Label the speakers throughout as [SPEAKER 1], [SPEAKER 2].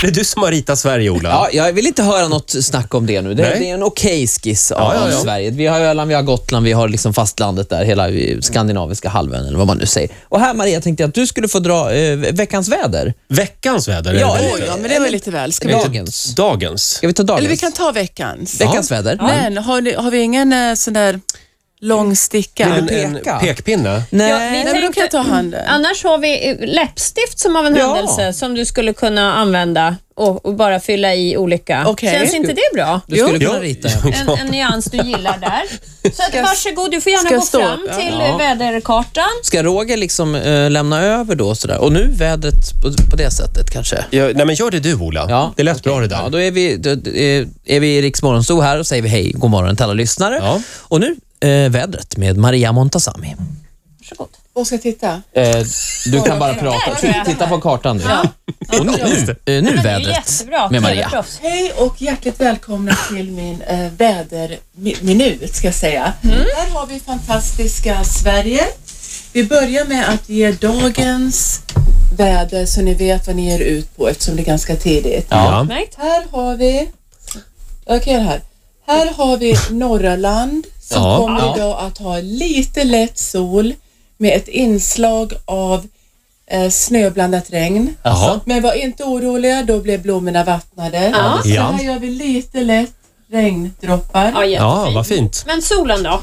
[SPEAKER 1] Det är du som har ritat Sverige, Ola.
[SPEAKER 2] Ja, jag vill inte höra något snack om det nu. Det,
[SPEAKER 1] Nej.
[SPEAKER 2] det är en okej skiss av
[SPEAKER 1] Ja, ja, ja.
[SPEAKER 2] Sverige. Vi har Öland, vi har Gotland, vi har liksom fastlandet där, hela eh, skandinaviska halvön eller vad man nu säger. Och här Maria tänkte jag att du skulle få dra eh, veckans väder.
[SPEAKER 1] Veckans väder.
[SPEAKER 2] Ja,
[SPEAKER 1] är det
[SPEAKER 2] oj,
[SPEAKER 1] väl?
[SPEAKER 2] oj.
[SPEAKER 3] Ja, men det var lite väl. Ska vi,
[SPEAKER 1] Inte
[SPEAKER 2] Dagens.
[SPEAKER 1] Dagens.
[SPEAKER 2] Ska vi ta dagens?
[SPEAKER 3] eller vi kan ta veckans.
[SPEAKER 2] Veckans väder?
[SPEAKER 3] Men har, ni, har vi ingen eh, sån där lång sticka?
[SPEAKER 1] En,
[SPEAKER 2] peka?
[SPEAKER 1] en pekpinne.
[SPEAKER 2] Nej.
[SPEAKER 4] Ja, vi
[SPEAKER 3] Eh, Nej, men då kan jag ta handen.
[SPEAKER 4] Annars har vi eh, läppstift som av en
[SPEAKER 2] Ja.
[SPEAKER 4] händelse som du skulle kunna använda och, och bara fylla i olika.
[SPEAKER 3] Okej.
[SPEAKER 4] Känns inte det bra?
[SPEAKER 2] Du skulle
[SPEAKER 1] Jo.
[SPEAKER 2] kunna rita.
[SPEAKER 4] En, en nyans du gillar där. Så att, varsågod, du får gärna
[SPEAKER 3] ska
[SPEAKER 4] gå
[SPEAKER 3] stå?
[SPEAKER 4] fram
[SPEAKER 3] Ja.
[SPEAKER 4] till eh, väderkartan.
[SPEAKER 2] Ska Roger liksom eh, lämna över då sådär? Och nu vädret på, på det sättet kanske?
[SPEAKER 1] Ja, nej, men gör det du, Ola.
[SPEAKER 2] Ja.
[SPEAKER 1] Det lät bra det
[SPEAKER 2] Ja,
[SPEAKER 1] där.
[SPEAKER 2] då är vi, då, eh, är vi i Riks Morgonzoo här och säger vi hej, god morgon till alla lyssnare.
[SPEAKER 1] Ja.
[SPEAKER 2] Och nu eh, vädret med Maria Montazami.
[SPEAKER 4] Varsågod.
[SPEAKER 3] Och ska titta.
[SPEAKER 2] Eh, du kan bara prata.
[SPEAKER 4] tror jag.
[SPEAKER 2] Titta på kartan nu. Och nu, eh, nu
[SPEAKER 4] Men det är ju
[SPEAKER 2] vädret
[SPEAKER 4] jättebra.
[SPEAKER 2] med Maria.
[SPEAKER 4] tv-proffs.
[SPEAKER 3] Hej och hjärtligt välkomna till min eh, väderminut ska jag säga. Här har vi fantastiska Sverige. Vi börjar med att ge dagens väder så ni vet vad ni ger ut på eftersom det är ganska tidigt.
[SPEAKER 1] Ja.
[SPEAKER 4] Utmärkt.
[SPEAKER 3] Här har vi, jag kan göra här. Här har vi norra land som
[SPEAKER 1] Ja.
[SPEAKER 3] kommer
[SPEAKER 2] Ja.
[SPEAKER 3] idag att ha lite lätt sol med ett inslag av eh, snöblandat regn.
[SPEAKER 1] Jaha.
[SPEAKER 3] Men var inte oroliga, då blir blommorna vattnade.
[SPEAKER 4] Ja.
[SPEAKER 3] Så
[SPEAKER 1] Ja.
[SPEAKER 3] här gör vi lite lätt regndroppar.
[SPEAKER 4] Ja,
[SPEAKER 1] Ja,
[SPEAKER 4] jättefint.
[SPEAKER 1] vad fint.
[SPEAKER 4] Men solen då?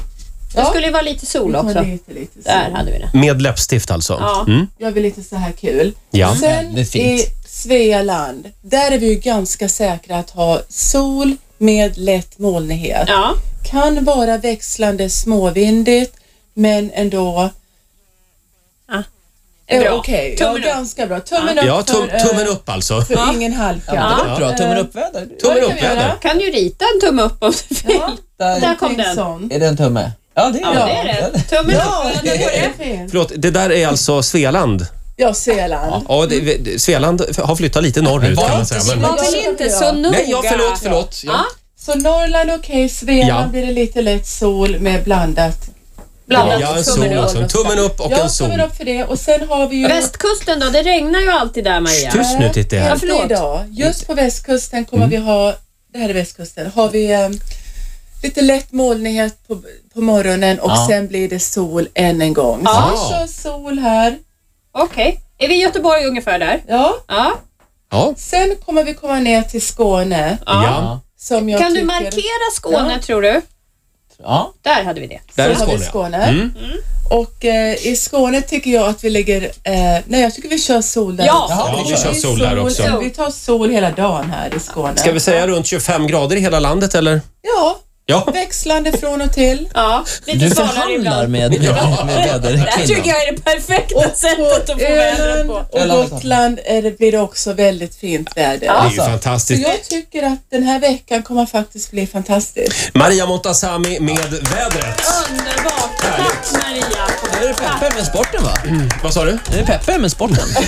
[SPEAKER 4] Det
[SPEAKER 3] Ja.
[SPEAKER 4] skulle ju vara lite sol
[SPEAKER 3] Och
[SPEAKER 4] också.
[SPEAKER 3] lite, lite
[SPEAKER 4] Där
[SPEAKER 3] sol.
[SPEAKER 4] hade vi det.
[SPEAKER 1] Med läppstift alltså?
[SPEAKER 4] Ja.
[SPEAKER 1] Mm.
[SPEAKER 3] Gör vi lite så här kul.
[SPEAKER 1] Ja.
[SPEAKER 3] Sen
[SPEAKER 2] det är fint.
[SPEAKER 3] i Svealand, där är vi ju ganska säkra att ha sol med lätt molnighet.
[SPEAKER 4] Ja.
[SPEAKER 3] Kan vara växlande småvindigt, men ändå
[SPEAKER 4] Ah. Bra.
[SPEAKER 3] eh, okej. Ja,
[SPEAKER 4] Tummen upp.
[SPEAKER 3] ganska bra. Tummen upp
[SPEAKER 1] Ja, tum,
[SPEAKER 3] för, eh,
[SPEAKER 1] tummen upp alltså.
[SPEAKER 3] för ingen halka.
[SPEAKER 4] Ja.
[SPEAKER 2] Bra, tummen upp väder.
[SPEAKER 1] Tummen
[SPEAKER 3] kan
[SPEAKER 1] upp
[SPEAKER 3] vi göra.
[SPEAKER 1] väder.
[SPEAKER 4] Kan du rita en tumme upp om du vill? Ja, Där kom
[SPEAKER 3] Någonting
[SPEAKER 4] den.
[SPEAKER 3] sånt.
[SPEAKER 2] Är det en tumme? Ja, det
[SPEAKER 4] det är det. Tummen
[SPEAKER 3] Ja,
[SPEAKER 4] upp.
[SPEAKER 3] det är fint.
[SPEAKER 1] Förlåt, det där är alltså Svealand?
[SPEAKER 3] Ja, Svealand.
[SPEAKER 1] Ja, det, det- Svealand har flyttat lite norrut
[SPEAKER 2] var
[SPEAKER 1] kan man
[SPEAKER 2] inte
[SPEAKER 1] säga.
[SPEAKER 2] så
[SPEAKER 1] Men...
[SPEAKER 4] Var väl inte så
[SPEAKER 3] Ja.
[SPEAKER 4] noga?
[SPEAKER 1] Nej, ja, förlåt, förlåt. Ja.
[SPEAKER 4] Ja,
[SPEAKER 3] Så Norrland okej, Svealand
[SPEAKER 1] Ja.
[SPEAKER 3] blir det lite lätt sol med blandat.
[SPEAKER 4] blandat
[SPEAKER 1] Ja, en
[SPEAKER 4] tummen
[SPEAKER 1] sol
[SPEAKER 4] upp.
[SPEAKER 1] alltså. En Tummen upp och en
[SPEAKER 3] Jag
[SPEAKER 1] sol.
[SPEAKER 3] kommer upp för det och sen har vi ju...
[SPEAKER 4] Västkusten då? Det regnar ju alltid där Maria.
[SPEAKER 1] Tyst nu Titti
[SPEAKER 3] Ja,
[SPEAKER 1] här. Mm.
[SPEAKER 4] förlåt.
[SPEAKER 3] idag. Just på västkusten kommer vi ha, det här är västkusten, har vi em, lite lätt molnighet på, på morgonen och
[SPEAKER 2] Ja.
[SPEAKER 3] sen blir det sol än en gång.
[SPEAKER 4] Ja.
[SPEAKER 3] Så vi kör sol här.
[SPEAKER 4] Okej. Är vi i Göteborg ungefär där?
[SPEAKER 3] Ja.
[SPEAKER 4] Ja.
[SPEAKER 1] Ja.
[SPEAKER 3] Sen kommer vi komma ner till Skåne.
[SPEAKER 4] ja.
[SPEAKER 1] ja.
[SPEAKER 3] Som jag
[SPEAKER 4] Kan du
[SPEAKER 3] tycker-
[SPEAKER 4] markera Skåne
[SPEAKER 3] Ja.
[SPEAKER 4] tror du?
[SPEAKER 2] Ja.
[SPEAKER 4] Där hade vi det.
[SPEAKER 1] Där är
[SPEAKER 3] Så har vi
[SPEAKER 1] Skåne. ja. Mm.
[SPEAKER 3] Skåne. Och eh, i Skåne tycker jag att vi lägger, eh, nej jag tycker vi kör sol där
[SPEAKER 4] Ja.
[SPEAKER 2] Ja,
[SPEAKER 1] vi kör sol där också.
[SPEAKER 3] Vi tar sol hela dagen här i Skåne.
[SPEAKER 1] Ska vi säga runt 25 grader i hela landet eller?
[SPEAKER 3] Ja,
[SPEAKER 1] Ja.
[SPEAKER 3] växlande från och till.
[SPEAKER 4] Ja, lite
[SPEAKER 2] Du
[SPEAKER 4] svalare
[SPEAKER 2] förhandlar
[SPEAKER 4] ibland.
[SPEAKER 2] med, med, med
[SPEAKER 4] Det här tycker
[SPEAKER 2] väderkvinnan.
[SPEAKER 4] jag är det perfekta sättet att få vädret
[SPEAKER 3] Öland
[SPEAKER 4] på.
[SPEAKER 3] och
[SPEAKER 2] Öland är klart.
[SPEAKER 3] Gotland är det, blir det också väldigt fint väder.
[SPEAKER 1] Det är ju
[SPEAKER 2] Alltså.
[SPEAKER 3] Så
[SPEAKER 1] fantastiskt.
[SPEAKER 3] jag tycker att den här veckan kommer faktiskt bli fantastisk.
[SPEAKER 1] Maria Montazami med vädret.
[SPEAKER 4] Underbart. Tack Maria.
[SPEAKER 2] Nu är det pepper med sporten va?
[SPEAKER 4] Mm.
[SPEAKER 1] Vad sa du?
[SPEAKER 2] Nu är det pepper med sporten.